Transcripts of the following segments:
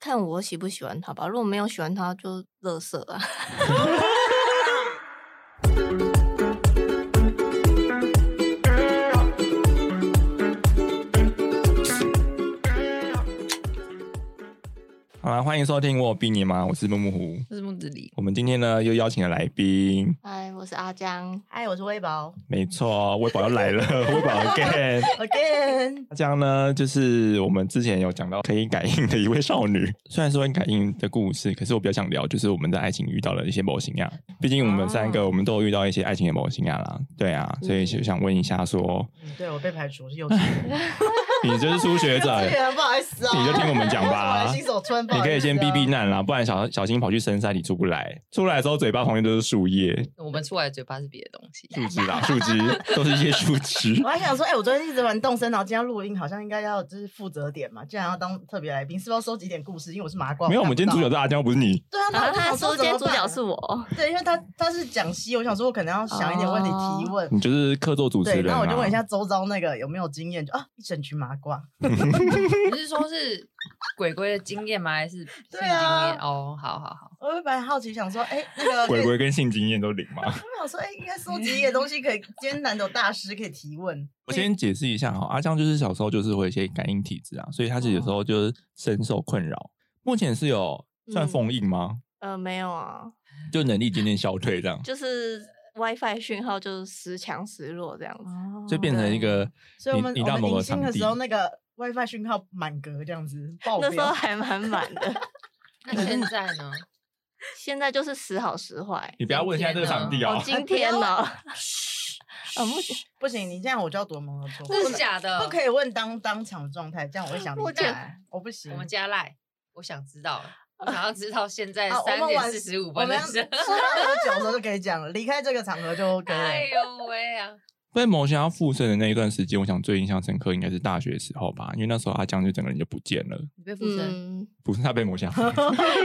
看我喜不喜欢他吧。如果没有喜欢他，就乐色啊。好啦，欢迎收听《我有逼你吗》，我是木木虎。这是木子李。我们今天呢又邀请了来宾，嗨，哎我是阿江，嗨，我是微宝没错，微宝又来了， 微宝 again。 ，again， 阿江呢，就是我们之前有讲到可以感应的一位少女，虽然说很感应的故事，可是我比较想聊就是我们在爱情遇到的一些模型啊。毕竟我们三个我们都有遇到一些爱情的模型啊啦，对啊，所以就想问一下说，嗯对我被排除，我是幼稚园，，你就是初学者 对啊，不好意思 啊，你就听我们讲吧 我是新手村，不你好可以意思先啊避避。难啦，不然小小心跑去深山里出不来，出来的时候嘴巴旁边都是树叶、我们出来的嘴巴是别的东西，树枝啦，树枝 都是一些树枝我。还想说，哎、我昨天一直玩动身，然后今天要录音，好像应该要就是负责点嘛，竟然要当特别来宾，是不是要收集点故事？因为我是麻瓜，没有，我看们不今天主角是到阿江，不是你。对啊，然那后我就他想说说今天怎主么办角是我，对，因为他他是讲西，我想说我可能要想一点问题哦提问。你就是客座主持对，人、啊。然后我就问一下周遭那个有没有经验，就啊一整群麻瓜，你是说是鬼鬼的经验吗？还是性经对验？啊哦，好好好，我就本来好奇想说，哎、那个鬼鬼跟性经验都零吗？我想说，哎、应该收集一个东西可以，今天难得有大师可以提问，我先解释一下哈，阿江就是小时候就是会有一些感应体质啊，所以他是有时哦候就是深受困扰。目前是有嗯算封印吗？呃，没有啊，就能力渐渐消退这样，就是 WiFi 讯号就是时强时弱这样子。就变成一个所以我们你你我到们某个迎新场的地时，候，那个 WiFi 讯号满格这样子爆那时候表。还蛮满的，那现在呢？现在就是时好时坏。你不要问现在这个场地哦 哦，，今天呢？啊，目前不行，你这样我就要夺门而出， 真不的能假的？不可以问当当场状态，这样我会想我离觉得开，我不行。我们加赖，我想知道了，我想要知道现在啊我三们点晚四十五我分的们要事 知。道多久的时候就可以讲了，离开这个场合就 OK 哎了。呦喂啊！被某些要附身的那一段时间，我想最印象深刻应该是大学时候吧，因为那时候阿江就整个人就不见了，你被附身，嗯， 不是他被某 些，所应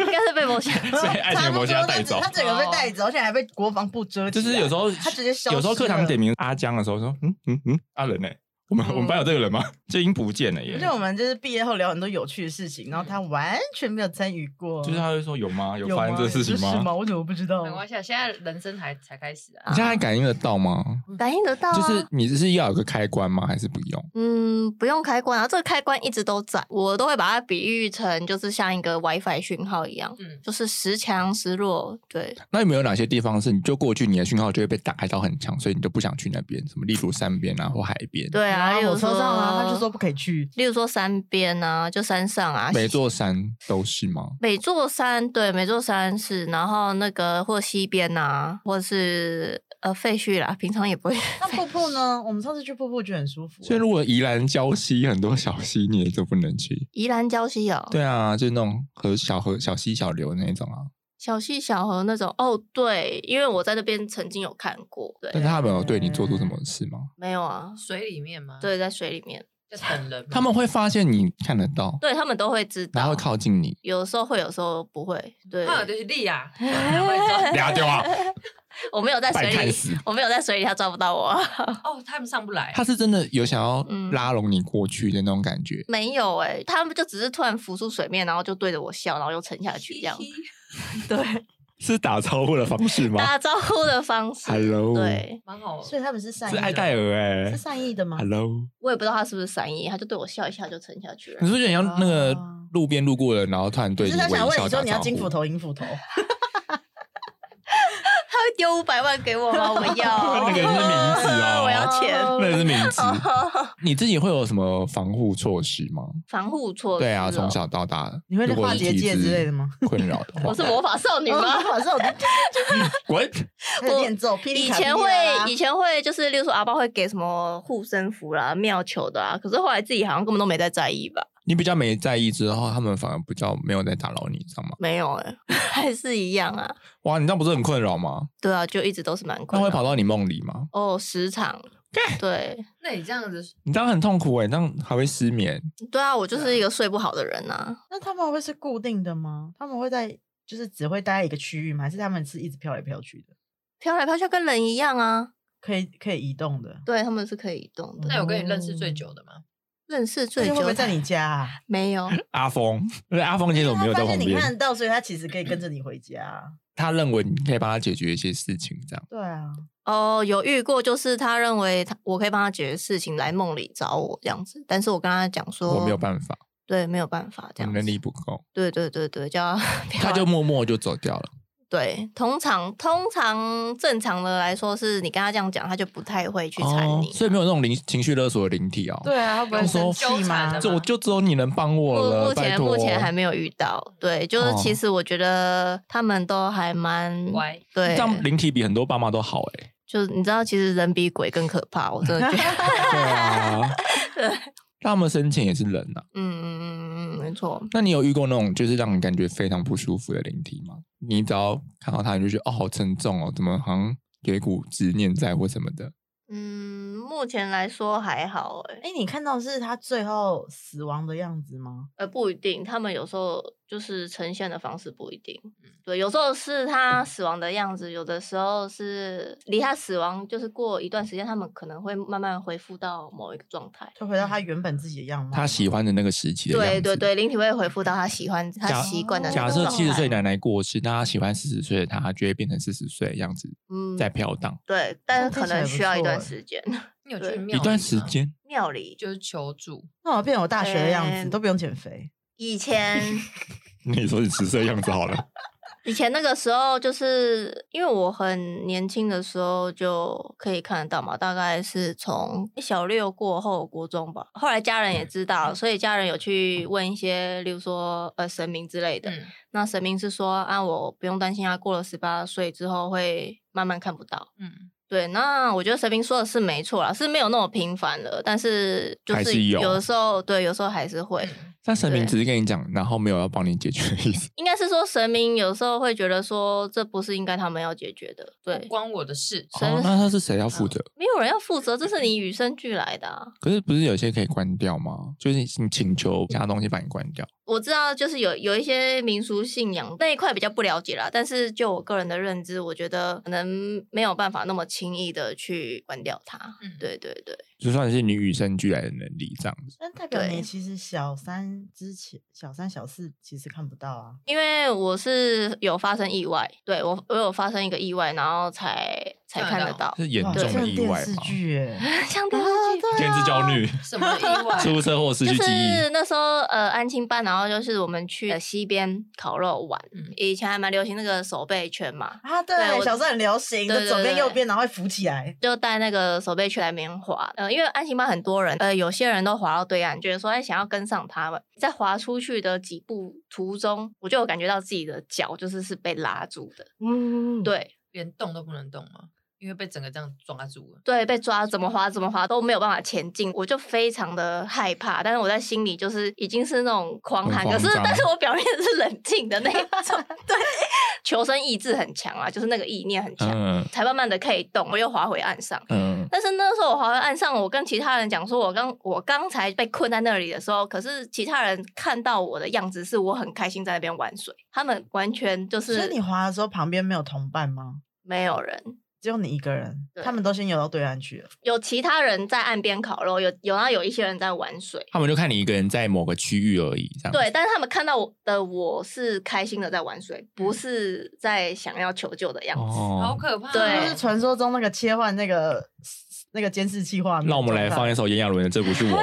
该是被我想。以爱情的某些带走他。整个被带哦走，而且还被国防部遮起就来。是有时候他直接消失了有时候课堂点名阿江的时候说，嗯嗯嗯，阿仁呢？我们我们班有这个人吗？这已经不见了耶而。且我们就是毕业后聊很多有趣的事情，然后他完全没有参与过。就是他会说有吗？有有发生这事情有吗？吗？我怎么不知道没？关系，啊，现在人生还才开始啊。你现在感应得到吗？感应得到、啊，就是你只是要有个开关吗？还是不用？嗯，不用开关啊，这个开关一直都在，我都会把它比喻成就是像一个 WiFi 讯号一样，嗯，就是时强时弱。对，那有没有哪些地方是你就过去，你的讯号就会被打开到很强，所以你就不想去那边？什么例如山边啊或海边？，对啊，例有如车说，上啊，他哦就说，不可以去。例如说山边啊，就山上啊，每座山都是吗？每座山，对，每座山是，然后那个或西边啊，或是呃废墟啦，平常也不会。那瀑布呢？我们上次去瀑布就很舒服。欸所以如果宜兰礁溪很多小溪，你也就不能去。宜兰礁溪哦有、对啊，就是那种河小河小溪小流那种啊。小溪小河那种，哦，对，因为我在那边曾经有看过，但对，啊是他们有对你做出什么事吗？没有啊，水里面吗？，对，在水里面，就等人嘛。他们会发现你看得到，对他们都会知道，，然后会靠近你有时候会，有时候不会。对，那就是力啊， 我俩丢啊， 我没有在水白看里，死。我没有在水里，他抓不到我。 哦，他们上不来。他是真的有想要嗯拉拢你过去的那种感觉。没有哎、他们就只是突然浮出水面，然后就对着我笑，然后又沉下去这样。对，是打招呼的方式 打招呼的方式。 ？Hello，，对，蛮好。所以他们是善意是的，艾戴尔哎、是善意的吗？ Hello，我也不知道他是不是善意，他就对我笑一下就沉下去了 你。是不是很像那个哦路边路过的人，然后突然可对是微他想问笑你打说你要招金斧呼？头银斧头，他会丢五百万给我吗？我要 那个是名字 哦我要钱。那个是名 字。你自己会有什么防护措施吗？ 防护措施、哦对啊，从。小到大，哦你会如果化是结体界质之类的吗？困扰 的 话我，是魔法少女 吗？我是我滚！我念咒，霹雳以卡前霹雳会拉拉，以前会就是，例如说阿爸会给什么护身符啦、庙球的啊，可是后来自己好像根本都没在在意吧？你比较没在意之后，他们反而比较没有在打扰你，知道吗？没有哎、 还是一样啊。哇，你这样不是很困扰吗？对啊，就一直都是蛮他困会扰。跑到你梦里吗？哦，时常对那你这样子你这样很痛苦哎、欸，这样还会失眠。对啊，我就是一个睡不好的人啊。那他们会是固定的吗？他们会在就是只会待在一个区域吗？还是他们是一直飘来飘去的？飘来飘去跟人一样啊，可以可以移动的，对他们是可以移动的。那有跟你认识最久的吗？认识最会久不会在的你家啊？没 有，阿峰，因为阿峰其实我没有在发旁哎现你边，看得到，所以他其实可以跟着你回家。啊他认为你可以帮他解决一些事情，这样。对啊，哦，有遇过，就是他认为他我可以帮他解决事情，来梦里找我这样子，但是我跟他讲说我没有办法，对，没有办法这我样子，啊能力不够，对对对对，叫他不他要就默默就走掉了。对，通常通常正常的来说，是你跟他这样讲，他就不太会去踩哦你，，所以没有那种灵情绪勒索的灵体哦。，对啊，他不会生气吗这我就只有你能帮我啊目了，目拜前托。目前还没有遇到，对，就是其哦实我觉得他们都还蛮乖，对这，样灵体比很多爸妈都好哎、 就是你知道，其实人比鬼更可怕，我真的觉得，对啊，他们生前也是人呐、啊。嗯嗯嗯嗯，没错，那你有遇过那种就是让你感觉非常不舒服的灵体吗？你只要看到他，你就觉得哦，好沉重哦，怎么好像有一股执念在或什么的？嗯，目前来说还好、欸，哎，你看到的是他最后死亡的样子吗？呃，不一定，他们有时候就是呈现的方式不一定。嗯对，有时候是他死亡的样子，有的时候是离他死亡就是过一段时间，他们可能会慢慢恢复到某一个状态。就回到他原本自己的样貌。他喜欢的那个时期的样对子。嗯对对，灵体会恢复到他喜欢、他假哦习惯的那假个设状七十岁态奶奶过世，那他喜欢四十岁的他，他就会变成四十岁的样子嗯，在哦飘荡、对，但那是听可起来能不需要一错段欸时间。 你有对去庙一段里时吗间。庙里就是求助，那我变我大学的样子，嗯都不用减肥。以 前你说你十岁的样子好 了，以前那个时候，就是因为我很年轻的时候就可以看得到嘛，大概是从小六过后，国中吧。后来家人也知道，所以家人有去问一些，例如说呃神明之类的。嗯那神明是说啊，我不用担心他过了十八岁之后会慢慢看不到。嗯，对，那我觉得神明说的是没错啦，是没有那么频繁了，但是就还是是有嗯有的时候，对，有时候还是会。但神明对只是跟你讲，然后没有要帮你解决的意思。应该是说神明有时候会觉得说这不是应该他们要解决的，不对，关我的事，神哦，那他是谁要负责？没有人要负责，这是你与生俱来的、啊。可是不是有些可以关掉吗？就是你请求其他东西把你关掉。我知道，就是有有一些民俗信仰那一块比较不了解啦，但是就我个人的认知，我觉得可能没有办法那么轻易的去关掉它。嗯对对对，就算是你与生俱来的能力这样子。但代表对你其实小三之前，小三小四其实看不到啊。因为我是有发生意外，对我我有发生一个意外，然后才才看看得得到， 是严哇重像的意外电视吗？剧哎，像电视剧天之焦虑，什么意外？出车祸失就去记是忆，那时候呃安亲班，然后就是我们去西边烤肉玩，嗯以前还蛮流行那个手背圈嘛，啊，对对，我小时候很流行，对就对左边对右边，然后会浮起来。就带那个手背去来棉滑，呃，因为安行班很多人，呃，有些人都滑到对岸，觉得说哎想要跟上他们，在滑出去的几步途中，我就有感觉到自己的脚就是是被拉住的，嗯，对连动都不能动吗？因为被整个这样抓住了。对，被抓怎么滑怎么滑都没有办法前进，我就非常的害怕，但是我在心里就是已经是那种狂很喊，慌可是张啊但是我表面是冷静的那一种， 对，求生意志很强啊，就是那个意念很强，嗯才慢慢的可以动，我又滑回岸上。嗯，但是那时候我滑到岸上，我跟其他人讲说，我刚我刚才被困在那里的时候，可是其他人看到我的样子，是我很开心在那边玩水，他们完全就所是以你滑的时候旁边没有同伴吗？没有人，只有你一个人，对他们都先游到对岸去了。有其他人在岸边烤肉，有有然后有一些人在玩水，他们就看你一个人在某个区域而已，这样子对，，但是他们看到我的我是开心的在玩水，不嗯是在想要求救的样子。 好哦。可怕、对就是传说中那个切换那个那个监视器画面。让我们来放一首炎亚纶的《这不是我》，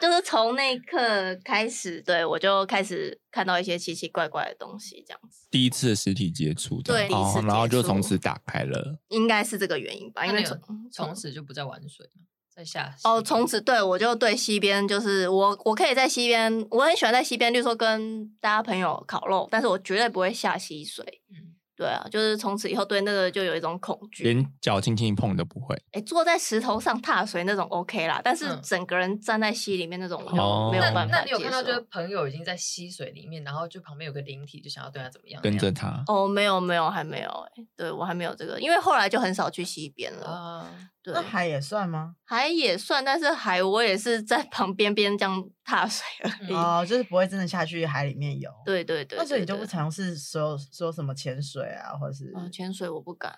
就是从那一刻开始，对我就开始看到一些奇奇怪怪的东西，这样子第一次的实体接触这对样，第一次哦然后就接触从此打开了。应该是这个原因吧，那因为你有从从此就不再玩水了，在下哦，溪从此对我就对西边就是我，我可以在西边，我很喜欢在西边，就是说跟大家朋友烤肉，但是我绝对不会下溪水。嗯对啊，就是从此以后对那个就有一种恐惧。连脚轻轻一碰都不会。哎，坐在石头上踏水那种 OK 啦，但是嗯整个人站在溪里面那种我就哦没有那办那法你接有看到就是受。朋友已经在溪水里面，然后就旁边有个灵体，就想要对他怎么样？跟着他，哦，没有没有，还没有哎、对我还没有这个，因为后来就很少去溪边那样了。啊，对那，海也算吗？海也算，但是海我也是在旁边边这样踏水而已。嗯哦，就是不会真的下去海里面游。对对对，那所对以你就对不尝试所有说什么潜水水啊，或是嗯，潜水我不敢，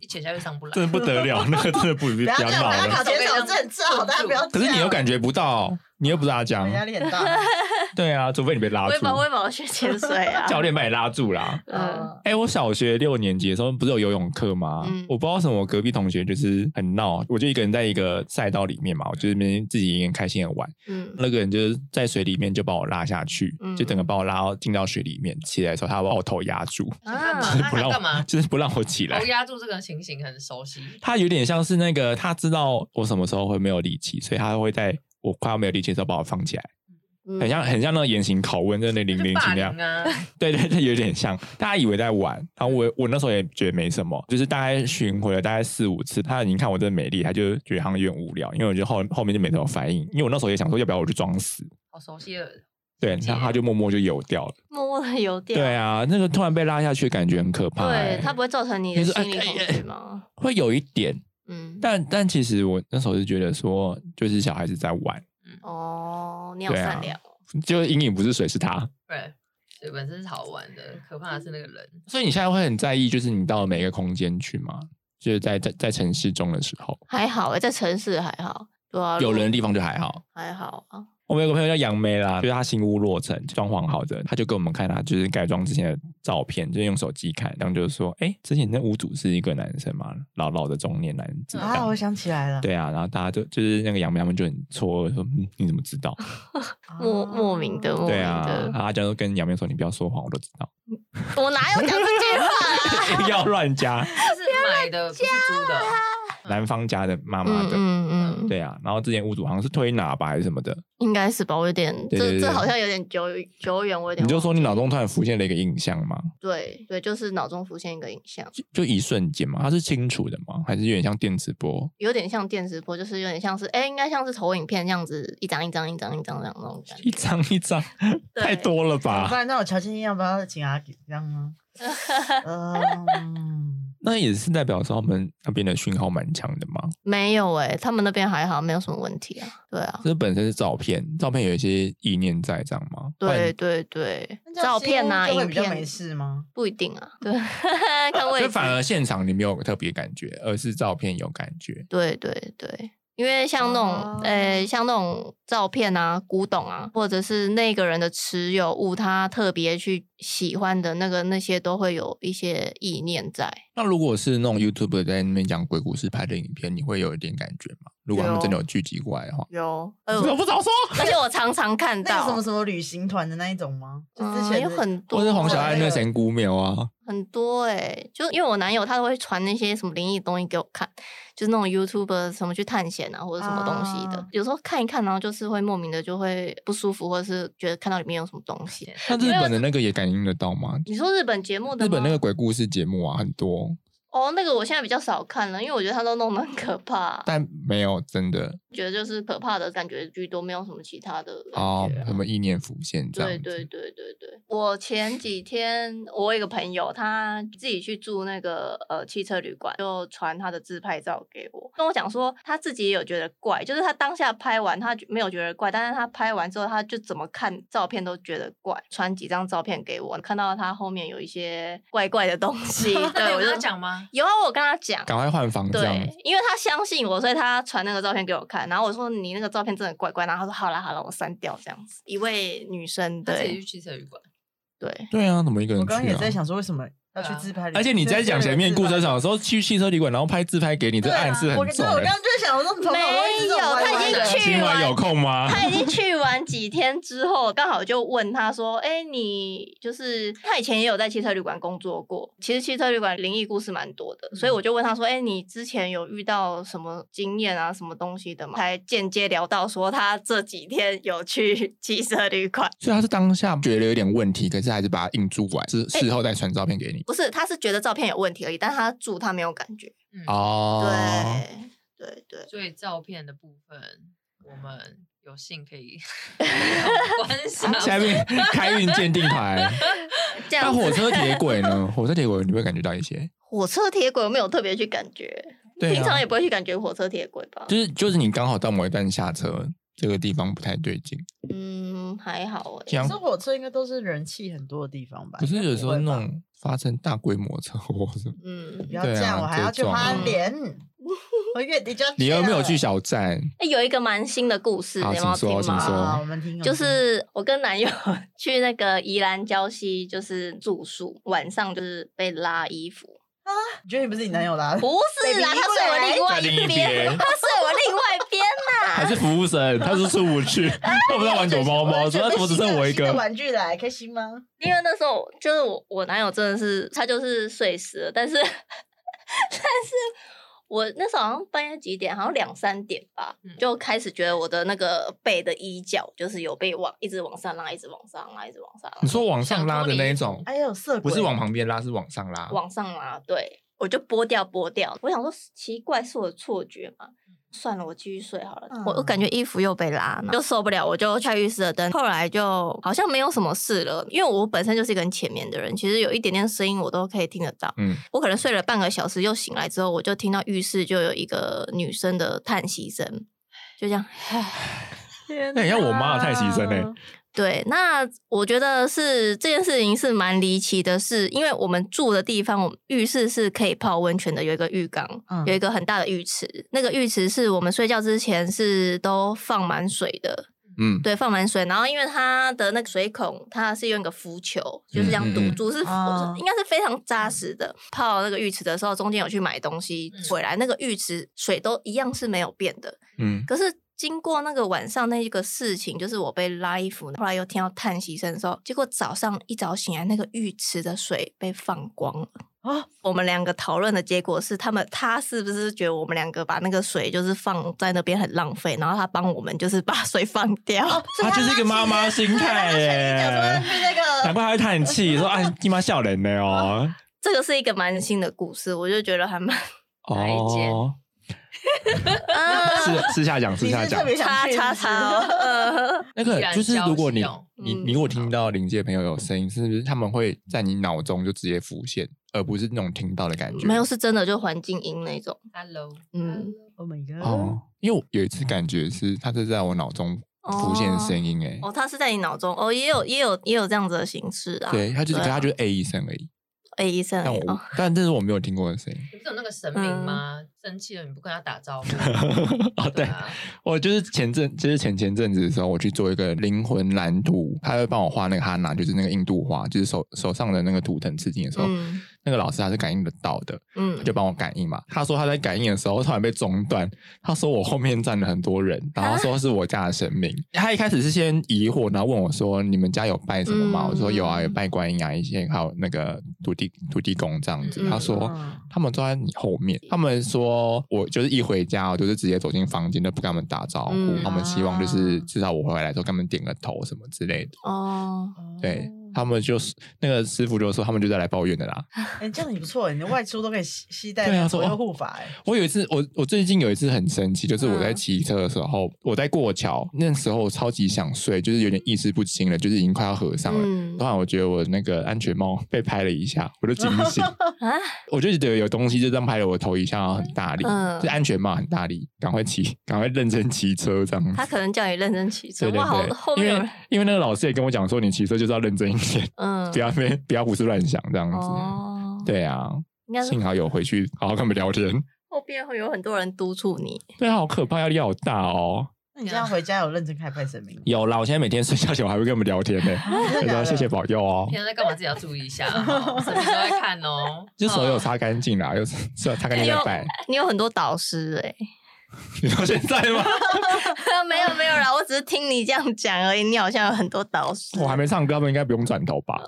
一潜下 去上不来真。的不得了，那个真的不不不要要这样，闹大家了。考检手证照，大家不要这样。可是你又感觉不到，你又不是阿江我，压力很大。 对啊，除非你被拉我也住，。保我也保学潜水啊 教练把你拉住啦。嗯，嗯哎、我小学六年级的时候不是有游泳课吗？嗯我不知道为什么，我隔壁同学就是很闹，啊我就一个人在一个赛道里面嘛，我就那边自己一个人开心的玩。嗯那个人就是在水里面就把我拉下去，嗯就整个把我拉到进到水里面。起来的时候，他把我头压住，啊那就是他不让干我，嘛就是不让我起来头。压住这个情形很熟悉，他有点像是那个，他知道我什么时候会没有力气，所以他会在我快要没有力气的时候把我放起来，嗯很像很像那个严刑拷问，在那那零就零七霸那样凌。啊，对对对，有点像，大家以为在玩，然后我我那时候也觉得没什么，就是大概巡回了大概四五次，他已经看我真的没力，他就觉得好像有点无聊，因为我就后后面就没什么反应，因为我那时候也想说要不要我就装死，好熟悉的。对，然后他就默默就游掉了。默默的游掉。对啊，那个突然被拉下去，感觉很可怕、欸。对，它不会造成你的你说心理哎恐哎惧吗？会有一点，嗯，但但其实我那时候就觉得说，就是小孩子在玩，哦，你好对啊善良哦。就是阴影不是水是他，对，所以本身是好玩的，可怕的是那个 人。所以你现在会很在意，就是你到了每一个空间去吗？就是在在在城市中的时候，还好哎，在城市还好，对啊，有如人的地方就还好。还好啊。我们有个朋友叫杨梅啦，就是她新屋落成，装潢好的，她就给我们看她就是改装之前的照片，就是用手机看，然后就是说，哎、之前那屋主是一个男生嘛，老老的中年男嗯子，这啊，样我想起来了，对啊，然后大家就就是那个杨梅他们就很错愕，说、嗯、你怎么知道？啊莫莫名的莫啊对名啊，然的，后阿江就跟杨梅说，你不要说谎，我都知道，我哪有讲这句 话啊？要乱加这是买的，不是租的。男方家的妈妈嗯的。嗯嗯，对啊，然后之前屋主好像是推拿吧还是什么的，应该是吧？我有点，这对对对这对好像有点久久远，我有你点忘记。就说你脑中突然浮现了一个印象嘛，对对，就是脑中浮现一个影像，就就一瞬间嘛，它是清楚的嘛，还是有点像电磁波？有点像电磁波，就是有点像是，哎，应该像是投影片这样子，一张一张一张一张这样那种感觉。一张一张，对 太多了不吧？然那我乔建议要不要请阿给这 样吗？嗯，那也是代表说他们那边的讯号蛮强的嘛。没有哎，他们那边还好，没有什么问题啊。对啊，这本身是照片，照片有一些意念在，这样吗？不对然，对对那，这样照片啊，新屋就会影比较没片事吗？不一定 啊。对，看位所以置。 反而现场你没有特别感觉，而是照片有感觉。对对对，因为像那种哦呃、像那种照片啊、古董啊，或者是那个人的持有物，他特别去喜欢的那个那些，都会有一些意念在。那如果是那种 YouTube 在那边讲鬼故事拍的影片，你会有一点感觉吗？如果他们真的有聚集过来的话，有，呃，怎么不早说？而且我常常看哦那到个什么什么旅行团的那一种吗？就之嗯前有的很多，欸或是黄小爱那对个神姑庙啊，很多哎、就因为我男友他都会传那些什么灵异的东西给我看，就是那种 YouTube 什么去探险啊，或者什么东西的，啊有时候看一看，然后就是会莫名的就会不舒服，或者是觉得看到里面有什么东西。那日本的那个也感应得到吗？你说日本节目的日本吗那个鬼故事节目啊，很多，哦，那个我现在比较少看了，因为我觉得他都弄得很可怕，但没有真的觉得就是可怕的感觉居多，没有什么其他的感觉哦，啊什么意念浮现这样对子。对对对对，我前几天我有一个朋友，他自己去住那个呃汽车旅馆，就传他的自拍照给我，跟我讲说他自己也有觉得怪，就是他当下拍完他没有觉得怪，但是他拍完之后他就怎么看照片都觉得怪，传几张照片给我，看到他后面有一些怪怪的东 西，那对我你有跟他就讲吗？有啊，我跟他讲，赶快换房这样对，因为他相信我，所以他传那个照片给我看。然后我说你那个照片真的怪怪，然后他说好啦好啦，我删掉这样子。一位女生，他自己对去汽车旅馆， 对，对啊，怎么一个人我去、刚啊？刚也在想说为什么要去对啊自拍旅，而且你在讲前面故故车场的时候，去汽车旅馆，然后拍自拍给你，这对啊暗示我很跟重、对我刚欸。刚就在想，我说怎么没有他已经去今晚有空吗？他已经去完几天之后，刚好就问他说：“哎、你就是他以前也有在汽车旅馆工作过，其实汽车旅馆灵异故事蛮多的，嗯所以我就问他说：‘哎、你之前有遇到什么经验啊，什么东西的吗？’才间接聊到说他这几天有去 汽车旅馆。”所以他是当下觉得有点问题，可是还是把它印出来，是事后再传照片给你。不是，他是觉得照片有问题而已，但他住他没有感觉。嗯，哎哦，对对对，所以照片的部分，我们有幸可以 观赏。下面开运鉴定 牌。这那样火子。车铁轨呢？火车铁轨你会感觉到一些？ 火车铁轨我没有特别去感觉，对平常啊也，不会去感觉火车铁轨吧？就是就是你刚好到某一段下车，这个地方不太对劲。嗯，还好哎、像可是火车应该都是人气很多的地方吧？可是应该有不时候会吧那种发生大规模车祸是，嗯不，要对这啊样，我还这要去种花嗯莲，我月底就要你有没有去了小站？哎、有一个蛮新的故事，好你们要请听说请说吗？啊？我们 听就是我跟男友 去那个宜兰礁溪，就是住宿，晚上就是被拉衣服，你觉得你不是你男 友啦？不是啦， Baby，他睡我另外在另一一边，边他睡我另外一边呐、还是服务生？他是出不去，他不在玩躲猫猫，说他怎么只剩我一新的个？玩具来？开心吗？因为那时候就是我我男友真的是他就是睡死了，但是 但是我那时候好像半夜几点，好像两三点吧，嗯就开始觉得我的那个背的衣角就是有被往一直往上拉，一直往上拉，一直往上你拉，说往上拉的那一种，哎呦，色不鬼是往旁边拉，是往上拉。往上拉，对我就拨掉拨掉，我想说奇怪是我的错觉嘛。算了，我继续睡好了。我我感觉衣服又被拉，就受不了，我就开浴室的灯。后来就好像没有什么事了，因为我本身就是一个很浅眠的人，其实有一点点声音我都可以听得到。嗯，我可能睡了半个小时，又醒来之后，我就听到浴室就有一个女生的叹息声，就这样。天那你要我妈哪太牺牲欸嘞。对，那我觉得是这件事情是蛮离奇的是，因为我们住的地方，我们浴室是可以泡温泉的，有一个浴缸，嗯有一个很大的浴池，那个浴池是我们睡觉之前是都放满水的，嗯，对，放满水，然后因为它的那个水孔，它是用一个浮球，就是这样堵嗯嗯嗯住，是、哦应该是非常扎实的。泡那个浴池的时候，中间有去买东西嗯回来，那个浴池水都一样是没有变的。嗯，可是经过那个晚上那个事情，就是我被拉衣服，后来又听到叹息声的时候，结果早上一早醒来，那个浴池的水被放光了。啊，我们两个讨论的结果是，他们他是不是觉得我们两个把那个水就是放在那边很浪费，然后他帮我们就是把 水放掉。她就是一个妈妈心态耶讲。说呃那难个怪她会叹气，说：“哎，你妈笑人呢哦。这个是一个蛮新的故事，我就觉得还 蛮……”哪一间哦，啊，私私下讲，私你下是讲特。别想叉去叉是不是叉哦，那个依然就是，如果你消息哦你嗯你如果听到临界朋友有声音，是不是他们会在你脑中就直接浮现，而不是那种听到的感 觉？嗯没有是真的，就环境音那种， Hello，嗯， Oh my god！哦，因为我有一次感觉是它是在我脑中浮现的声音，哎，哦，它是在你脑中哦，也有也有也有这样子的形式啊。对，它就是，可对啊它就是 A 一声而已。哎，医生，但我哦但这是我没有听过的声音。？你不是有那个神明吗？生气了你不跟他打招呼嗯 哦对啊，我就是前阵，就是前前阵子的时候，我去做一个灵魂蓝图，他会帮我画那个哈娜，就是那个印度画，就是手手上的那个图腾刺青的时候，嗯那个老师他是感应得到的，嗯，就帮我感应嘛。他说他在感应的时候突然被中断，他说我后面站了很多人，然后说是我家的神明。他一开始是先疑惑，然后问我说：“你们家有拜什么吗？”嗯我说：“有啊，有拜观音啊，一些还有那个土地土地公这样子。嗯他说。嗯他们坐在你后面，他们说我就是一回家，我就是直接走进房间，就不跟他们打招呼。嗯他们希望就是啊至少我回来之后，跟他们点个头什么之类的。哦，对、他们就是那个师傅就说他们就在来抱怨的啦。哎，这样你不错，你的外出都可以携携对啊带说左哦右护法哎。我有一次，我我最近有一次很生气，就是我在嗯骑车的时候，我在过桥，那时候我超级想睡，就是有点意识不清了，就是已经快要合上了。嗯突然我觉得我那个安全帽被拍了一下，我就惊 醒，啊，我就觉得有东西就这样拍了我头一下，然后很大力，嗯就安全帽很大力，赶快骑，赶快认真骑车这样 他子。可能叫你认真骑车，对对哇，好后对，因面有为人，因为那个老师也跟我讲说，你骑车就是要认真一 点，嗯，不要被不要胡思乱想这样子。哦，，对啊，应该是幸好有回去好好跟他们聊天。后边会有很多人督促你，对啊，好可怕，压力好大哦。那你这样回家有认真开拍神明吗？啊有啦，我现在每天睡觉前我还会跟他们聊天呢、啊就真的假说的谢谢保佑哦，平常在干嘛自己要注意一下 哦，什么时候会看哦？就手有擦干净哦啦，又是是擦干净再拜。你有很多导师 哎、你到现在 吗？没有没有啦，我只是听你这样讲而已。你好像有很多导师，我还没唱歌，他们应该不用转头吧？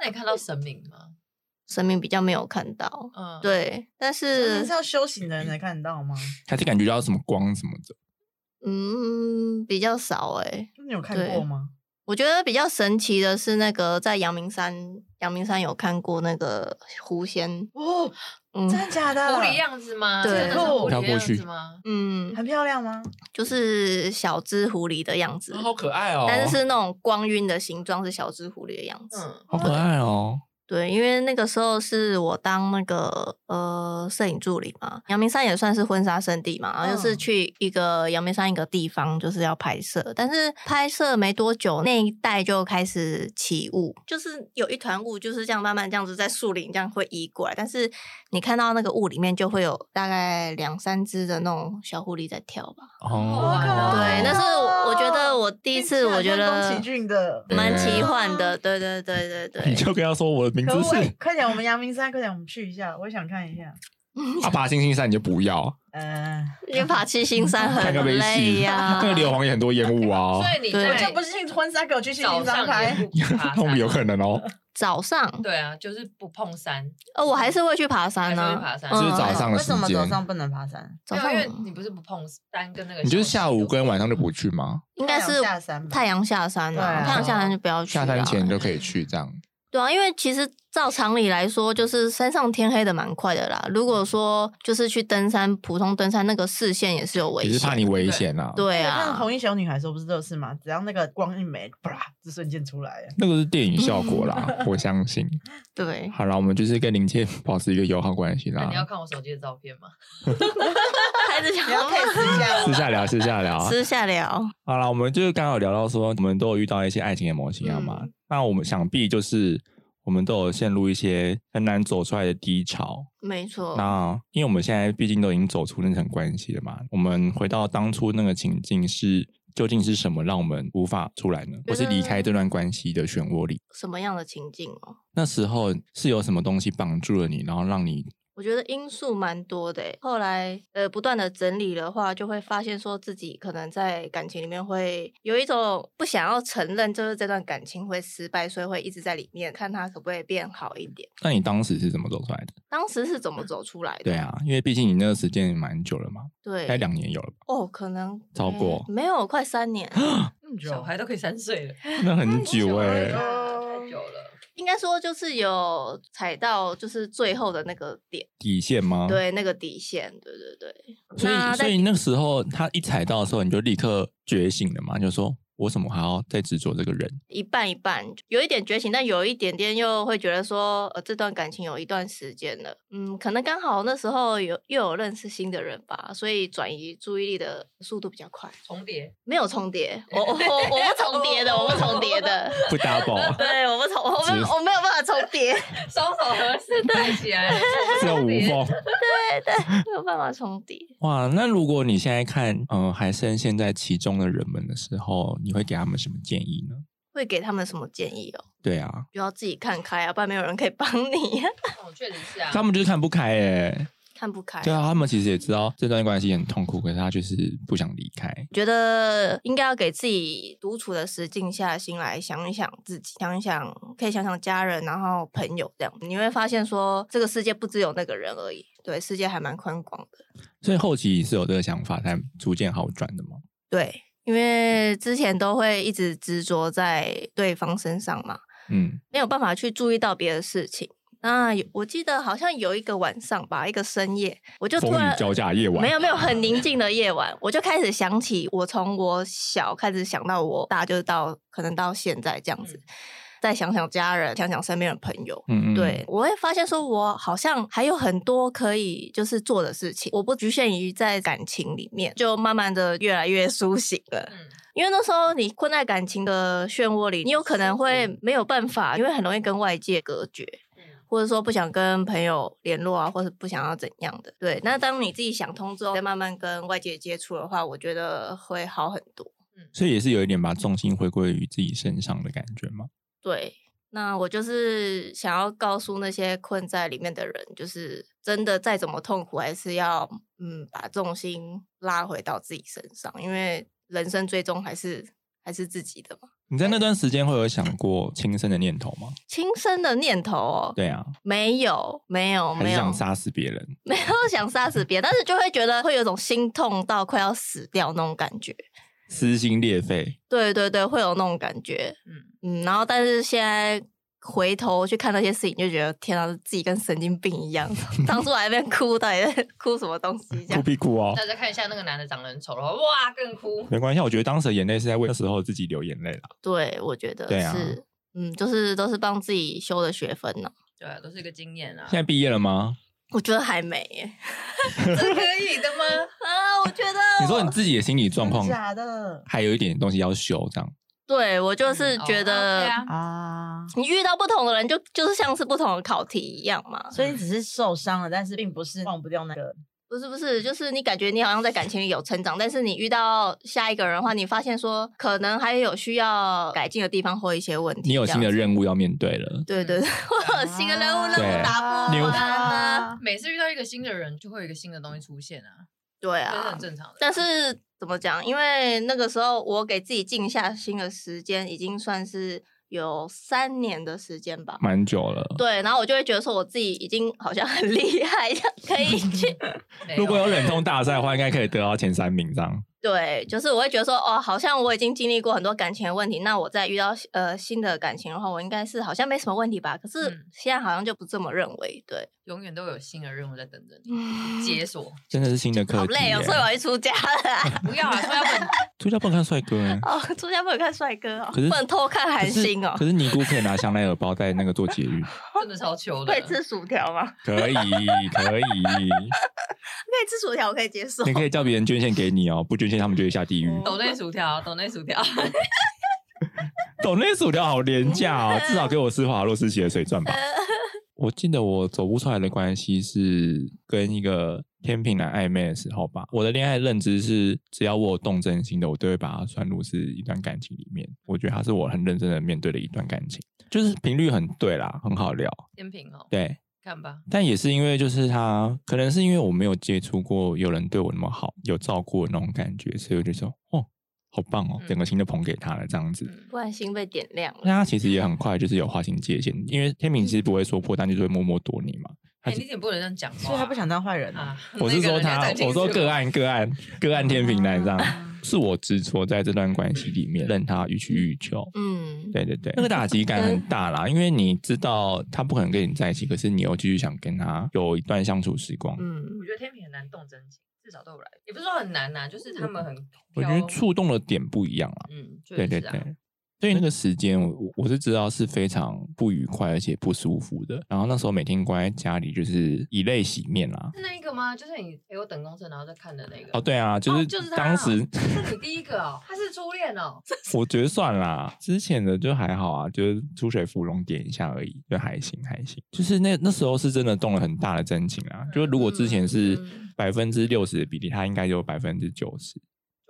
那你看到神明吗？神明比较没有看到，嗯，，对，但那是是要修行的人才看得到吗？还是感觉到什么光什么的？嗯比较少哎、你有看对过吗？我觉得比较神奇的是那个在阳明山，阳明山有看过那个狐仙，哦，嗯真的假的？狐狸样子吗？对真的是狐狸跳的过样去子吗？嗯，很漂亮吗？就是小只狐狸的样子，啊可爱哦但是是那种光晕的形状，是小只狐狸的样子。嗯，好可爱哦。对，因为那个时候是我当那个呃摄影助理嘛，阳明山也算是婚纱圣地嘛，然后就是嗯去一个阳明山一个地方，就是要拍摄，但是拍摄没多久，那一带就开始起雾，就是有一团雾，就是这样慢慢这样子在树林这样会移过来，但是你看到那个雾里面就会有大概两三只的那种小狐狸在跳吧，哦，对，那是我我觉得我第第一次我觉得嗯宫崎骏的。蛮奇幻的，对对对对对，你就跟他说我的名可字不可以是 快点，我们阳明山，快点，我们去一下，我也想看一下。 阿爸星星山，你就不要，嗯，因为爬七星山看很个没累啊戏。呀、 那个硫磺也很多烟雾 啊所，以你对在这不是进婚纱，给我去新早营山上也拍。不爬 那山有可能 哦，早上，对啊，就是不碰山，呃，我还是会去爬山呢、嗯还是会爬山就是早上的为时什么早间，上不能爬山？早没有因为上啊你不是不碰山跟那个小溪有关，你就是下午跟晚上就不去吗？应该是太阳下山吧太阳下山了、对啊太阳下山就不要去、啊。下山前就可以去这样。对啊，因为其实照常理来说，就是山上天黑的蛮快的啦。如果说就是去登山，普通登山那个视线也是有危也是怕险。你危险啊。，对看啊，红衣小女孩说不是这事吗？只要那个光一没，啪，这瞬间出 来了。那个是电影效 果啦，我相信。对，好啦，我们就是跟林倩保持一个友好关系那你要啦，看我手机的照片吗？孩子 你想要 t e 一下私我。下聊，私下聊。私下聊，好啦，我们就是刚好聊到说，我们都有遇到一些爱情的模型啊嘛，嗯那我们想必就是我们都有陷入一些很难走出来的低潮。没错，那因为我们现在毕竟都已经走出那层关系了嘛，我们回到当初那个情境是。究竟是什么让我们无法出来呢？觉或得是离开这段关系的漩涡里？什么样的情境哦？那时候是有什么东西绑住了你，然后让你我觉得因素蛮多的欸。后来呃，不断的整理的话，就会发现说自己可能在感情里面会有一种不想要承认，就是这段感情会失败，所以会一直在里面看它可不可以变好一点。那你当时是怎么走出来的？当时是怎么走出来的？对，啊，因为毕竟你那个时间也蛮久了嘛，大概对，两年有了吧，哦，可能超诶过没有快三年， 那么久小孩都可以三岁了， 啊那很久哎、久了啊太久了。应该说就是有踩到就是最后的那个点，底线吗？，对那个底线，对对对。啊所那以所在以那个时候他一踩到的时候，你就立刻觉醒了嘛，就说我怎么还要再执着这个 人？一半一半，有一点觉醒，但有一点点又会觉得说，呃，这段感情有一段时间了，嗯，可能刚好那时候有又有认识新的人吧，所以转移注意力的速度比较快，重叠，没有重叠，我我我我不重叠的，我不重叠的，不 double，啊对，我不重，我直没有我没有办法重 叠，双手合十戴起来，这重啊无叠缝。没有办法重叠。哇，那如果你现在看，嗯、还深陷在其中的人们的时候，你会给他们什么建议呢？会给他们什么建议哦？对啊，就要自己看开啊，不然没有人可以帮你、我确实是啊，他们就是看不开哎、看不开、对啊，他们其实也知道这段关系很痛苦，可是他就是不想离开。觉得应该要给自己独处的时静下心来想一想自己，想一想可以想想家人，然后朋友这样，你会发现说这个世界不只有那个人而已，对，世界还蛮宽广的。所以后期是有这个想法才逐渐好转的嘛。对，因为之前都会一直执着在对方身上嘛，嗯，没有办法去注意到别的事情。那有我记得好像有一个晚上吧，一个深夜，我就风突雨然交加夜晚，没有没有很宁静的夜晚，我就开始想起我从我小开始想到我大，就是到可能到现在这样子，再想想家人，想想身边的朋友。嗯嗯，嗯嗯，对，我会发现说，我好像还有很多可以就是做的事情，我不局限于在感情里面，就慢慢的越来越苏醒了。嗯，因为那时候你困在感情的漩涡里，你有可能会没有办法，因为很容易跟外界隔绝。嗯或者说不想跟朋友联络啊，或者不想要怎样的。对，那当你自己想通之后，再慢慢跟外界接触的话，我觉得会好很多。所以也是有一点把重心回归于自己身上的感觉嘛。对，那我就是想要告诉那些困在里面的人，就是真的再怎么痛苦，还是要嗯把重心拉回到自己身上，因为人生最终还是还是自己的嘛。你在那段时间会有想过轻生的念头吗？轻生的念头哦，对啊，没有，没有，还没是有想，杀死别人？ 没有想杀死别人，但是就会觉得会有一种心痛到快要死掉那种感觉。撕心裂肺，对对对，会有那种感觉。嗯，嗯，然后但是现在回头去看那些事情，就觉得天啊，自己跟神经病一 样。当初还在那边哭，到底在 哭什么东西？这哭样必哭哦。那再看一下那个男的长得很丑的话，哇，更哭。没关系，我觉得当时的眼泪是在为那时候自己流眼泪啦。对，我觉得对啊是。嗯，就是都是帮自己修的学分呢、对啊，都是一个经验 啊现，在毕业了吗？我觉得还没耶这可以的吗？啊，我觉得 你说你自己的心理状况真假的还有一点东西要修，这样对我就是嗯哦觉得、 OK 啊啊，你遇到不同的人就就是像是不同的考题一样嘛。所以你只是受伤了，但是并不是忘不掉那个不是不是，就是你感觉你好像在感情里有成长，但是你遇到下一个人的话，你发现说可能还有需要改进的地方或一些问题。你有新的任任务要面对了。对对对，我有新的任务啊任务打不对完啊。每次遇到一个新的人，就会有一个新的东西出现啊，对这是啊很，正常的。但是怎么讲？因为那个时候我给自己静下心的时间，已经算是有三年的时间吧。蛮久了。对，然后我就会觉得说我自己已经好像很厉害， 这样可以去没如果有忍痛大赛的话，应该可以得到前三名这样。对，就是我会觉得说，哦，好像我已经经历过很多感情的问题，那我再遇到呃新的感情的话，我应该是好像没什么问题吧？可是嗯现在好像就不这么认为，对，永远都有新的任务在等着你嗯，解锁。真的是新的课题。好累哦，所以我要去出家了啊、不要啊，说要本出家不能看帅哥 欸。哦，出家不能看帅哥哦，可是不能偷看韩可是星哦可。是尼姑可以拿香奈儿包在那个做节 育，真的超糗的 可。以吃薯条吗？可以可以， 可以吃薯条，我可以接受。你可以叫别人捐献给你哦，不捐献他们就会下地狱。嗯抖内薯条，抖内薯 条，抖内薯条好廉价哦，嗯至少给我吃华洛世奇的水钻吧。我记得我走不出来的关系是跟一个天秤男暧昧的时候吧。我的恋爱认知是，只要我有动真心的，我都会把它算入是一段感情里面。我觉得它是我很认真的面对的一段感情，就是频率很对啦，很好聊。天平哦，对，看吧，但也是因为就是他，可能是因为我没有接触过有人对我那么好，有照顾的那种感觉，所以我就说，哦，好棒哦，嗯整个心都捧给他了这样子。嗯 不，然心被点亮了。那 他其实也很快就是有划清界限，因为天平其实不会说破，但就是会默默躲你嘛。哎，你怎么不能这样讲话啊？所以他不想当坏人啊。啊。我是那个说人要他讲，清我说楚啊个案个案个案天平男这样，是我执着在这段关系里面，任他予取予求。嗯，对对对，那个打击嗯感很大啦，因为你知道他不可能跟你在一起，可是你又继续想跟他有一段相处时光。嗯，我觉得天平很难动真情，至少对我来，也不是说很难呐，就是他们很嗯我觉挑，得触动的点不一样啦。嗯，确对对实啊对，，所以那个时间我我我是知道是非常不愉快而且不舒服的。然后那时候每天关在家里就是以泪洗面啦。是那一个吗？就是你陪我等公车，然后再看的那个。哦，对啊，就哦是就是他当时是你第一个哦，他是初恋 哦，我觉得算啦，之前的就还好啊，就是出水芙蓉点一下而已，就还行还行。就是那那时候是真的动了很大的真情啊，就是如果之前是嗯百分之六十的比例，他应该有百分之九十。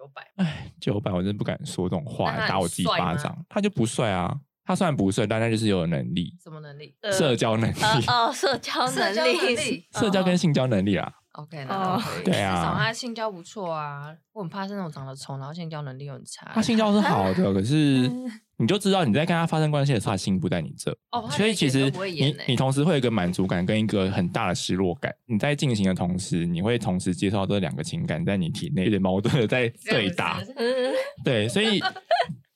九百，哎，九百我真的不敢说这种话，那他很打我自己帅巴吗掌。他就不帅啊，他虽然不帅，但他就是有能力，什么能力？呃社交能力。 呃哦，社交社能交能力，力社交跟性交能力啊， ，OK，哦那可以。对啊至少他性交不错啊，我很怕是那种长得丑，然后性交能力又很差他。啊性交是好 的，可是你就知道你在跟他发生关系的时候，他心不在你这，嗯哦，他所以连其演实都不会演你欸你同时会有一个满足感跟一个很大的失落感。你在进行的同时，你会同时接受到这两个情感在你体内有点矛盾的在这样对子 打，嗯，对，所以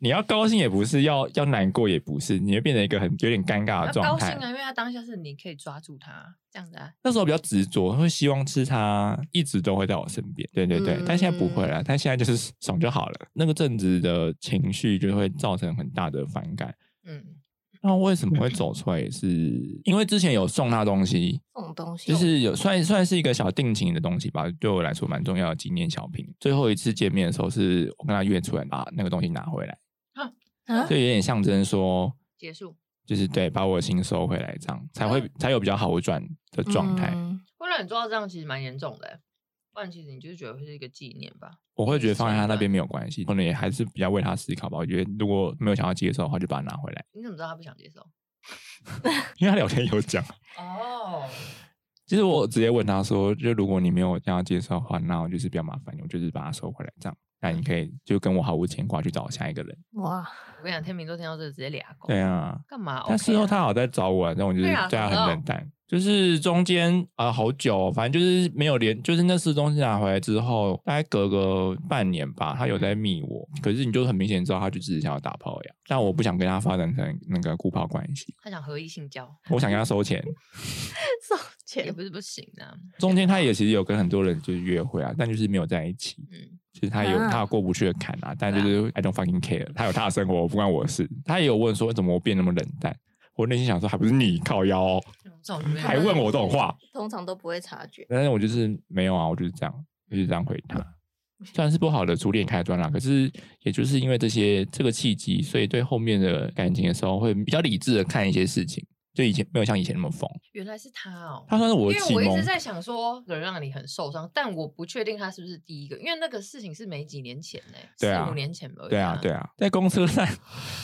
你要高兴也不是，要要难过也不是，你会变成一个很有点尴尬的他高状兴态。啊，因为他当下是你可以抓住他这样子啊。那时候比较执着，会希望是他一直都会在我身边。对对对，嗯但现在不会了，但现在就是爽就好了。那个阵子的情绪就会造成很大的反感。嗯，那为什么会走出来？也是因为之前有送他东西，这种东西就是有算算是一个小定情的东西吧，对我来说蛮重要的纪念小品。最后一次见面的时候，是我跟他约出来把那个东西拿回来，啊所以有点象征说，结束。就是对把我的心收回来，这样才会才有比较好转的状态。嗯会让你做到这样，其实蛮严重的欸。不然其实你就是觉得会是一个纪念吧。我会觉得放在他那边没有关系，可能也还是比较为他思考吧。我觉得如果没有想要接受的话，就把它拿回来，你怎么知道他不想接受？因为他聊天有讲。啊哦，其实我直接问他说，就如果你没有想要接受的话，那我就是比较麻烦你，我就是把它收回来这样。那你可以就跟我毫无牵挂去找下一个人。哇，我跟你讲，天秤座听到这个直接俩狗。对，啊，干嘛？但 OK 事后啊他好在找我啊，但我就是对啊对他怎么很了冷淡。就是中间啊、呃好久哦、反正就是没有联，就是那次东西拿回来之后，大概隔个半年吧，他有在密我，可是你就很明显知道他就只是想要打炮呀。但我不想跟他发展成那个固炮关系，他想合意性交，我想跟他收钱。收也钱不是不行啊。中间他也其实有跟很多人就是约会啊，但就是没有在一起。嗯，就是他有啊他有过不去的坎啊，但就对啊是 I don't fucking care，他有他的生活，不关我的事。他也有问说怎么我变那么冷淡，我内心想说还不是你靠腰哦、这种人还问我这种话，通常都不会察觉。但是我就是没有啊，我就是这样，我就是这样回答。虽然是不好的初恋开端啦，可是也就是因为这些这个契机，所以对后面的感情的时候会比较理智的看一些事情，就以前没有像以前那么疯。原来是他哦。他算是我因的为启我一直蒙，在想说，有人让你很受伤，但我不确定他是不是第一个，因为那个事情是没几年前呢、对啊四五年前吧。对啊对啊，啊，在公车站，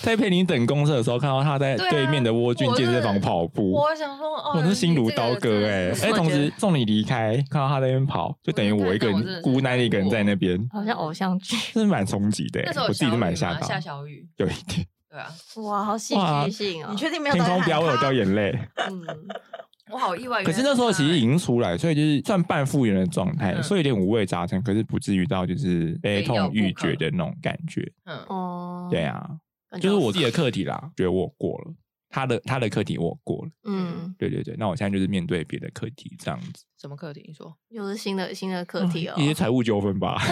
在陪你等公车的时候，看到他在对啊对面的蜗苣健身房跑步，我想说，哦，我是心如你这个刀真割的哎、是哎，我同觉时得送你离开，看到他在那边跑，就等于我一个我真的人是孤单一个人在那边，好像偶像剧，真是蛮冲击的、那欸，时候我有自己小是雨蛮吗？吓到，下小雨，有一点对啊， 哇，好戏哇剧性哦！ 你确定没有天到空在喊飙，我有他哦掉眼泪。嗯， 我好意外。可是原来那时候他其实欸已经出来，所以就是算半复原的状态，嗯所以有点五味杂陈，可是不至于到就是悲痛欲绝的那种感觉。嗯，哦，对，啊，感觉就是好我自己的像，课题啦，觉得我过了。他的他的课题我过了，嗯，对对对，那我现在就是面对别的课题这样子，什么课题？你说又是新的新的课题哦，嗯一些财务纠纷吧，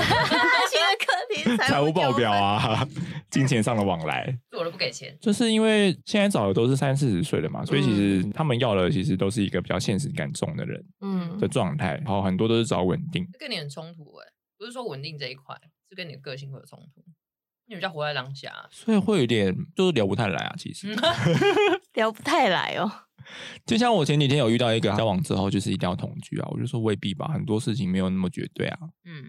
新的课题， 财务报表啊，啊， 金钱上的往来，做了不给钱，就是因为现在找的都是三四十岁的嘛，所以其实他们要的其实都是一个比较现实感重的人嗯的，状态，然后很多都是找稳定，这跟你很冲突哎、不是说稳定这一块，是跟你的个性会有冲突，你比较活在当 下。啊所以会有点就是聊不太来啊，其实。嗯聊不太来 哦， 就像我前几天有遇到一个交往之后就是一定要同居啊，我就说未必吧，很多事情没有那么绝对啊，嗯，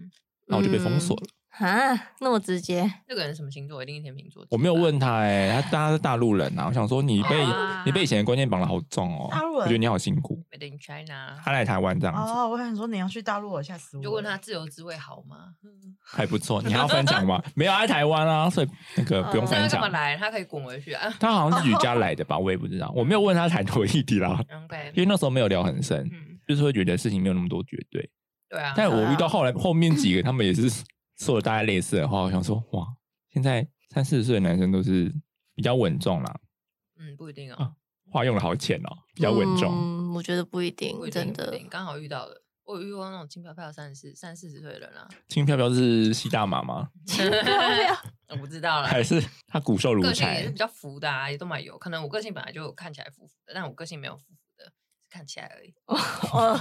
然后我就被封锁了。啊，那么直接，那个人什么星座？一定是天秤座。我没有问他哎、他他是大陆人啊，我想说你被、啊你被以前的观念绑得好重哦、大陆人我觉得你好辛苦。 ，Made in China。啊他来台湾这样子、哦，我想说你要去大陆了，吓死我！就问他，自由滋味好吗？ 还不错，你还要分享吗？ 没有，他在台湾啊，所以那个不用哦这分样干享嘛。来？他可以滚回 去啊。他好像是举家来的吧，我也不知道，我没有问他谈多异地啦， OK，因为那时候没有聊很深，嗯，就是会觉得事情没有那么多绝对。对啊。但我遇嗯到后来后面几个，他们也是说了大概类似的话，我想说，哇，现在三四十岁的男生都是比较稳重啦，嗯，不一定啊哦，话用的好浅哦，比较稳重。嗯，我觉得不一定不一，真定，不一的 定，刚好遇到的。我有遇过那种轻飘飘三十三四十岁的人啊，轻飘飘是吸大麻吗？ 我不知道了。还是他骨瘦如个性也是柴比？较浮的啊，也都蛮有。可能我个性本来就看起来浮浮的，但我个性没有浮浮的，是看起来而已。 哦，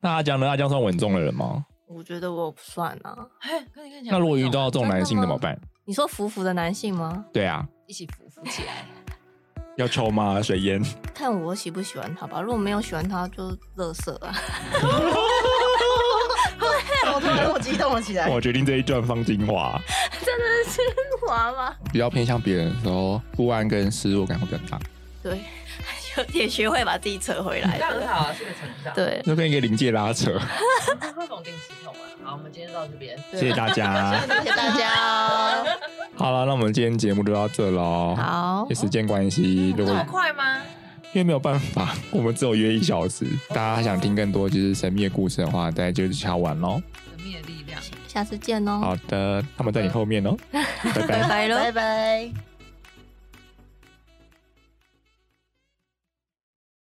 那阿江呢？阿江算稳重的人吗？我觉得我不算啊。哎，跟你看起来那如果遇不一样到这种男性真怎的么吗办？你说服服的男性吗？对啊，一起浮浮起来，要抽吗？水 烟？看我喜不喜欢他吧，如果没有喜欢他，就乐色啊。 我突然我激动了起来。我决定这一段放精华。真的是 滑吗？比较偏向别人的时候，不安跟失落感会比较大，对， 有点学会把自己扯回来这样很了。好啊，是个成 长。，对，就跟一个临界拉扯。啊痛定思痛啊。好，我们今天到这边。谢谢大 家。谢谢大家哦。好了，那我们今天节目就到这喽。，好因为，时间关系，如这果么快吗？因为没有办法， 我们只有约一小时。大家想听更多就是神秘的故事的话，大家就是敲完喽。神秘的力量。下次见哦，好的，他们在你后面哦，拜拜拜。拜喽。拜拜。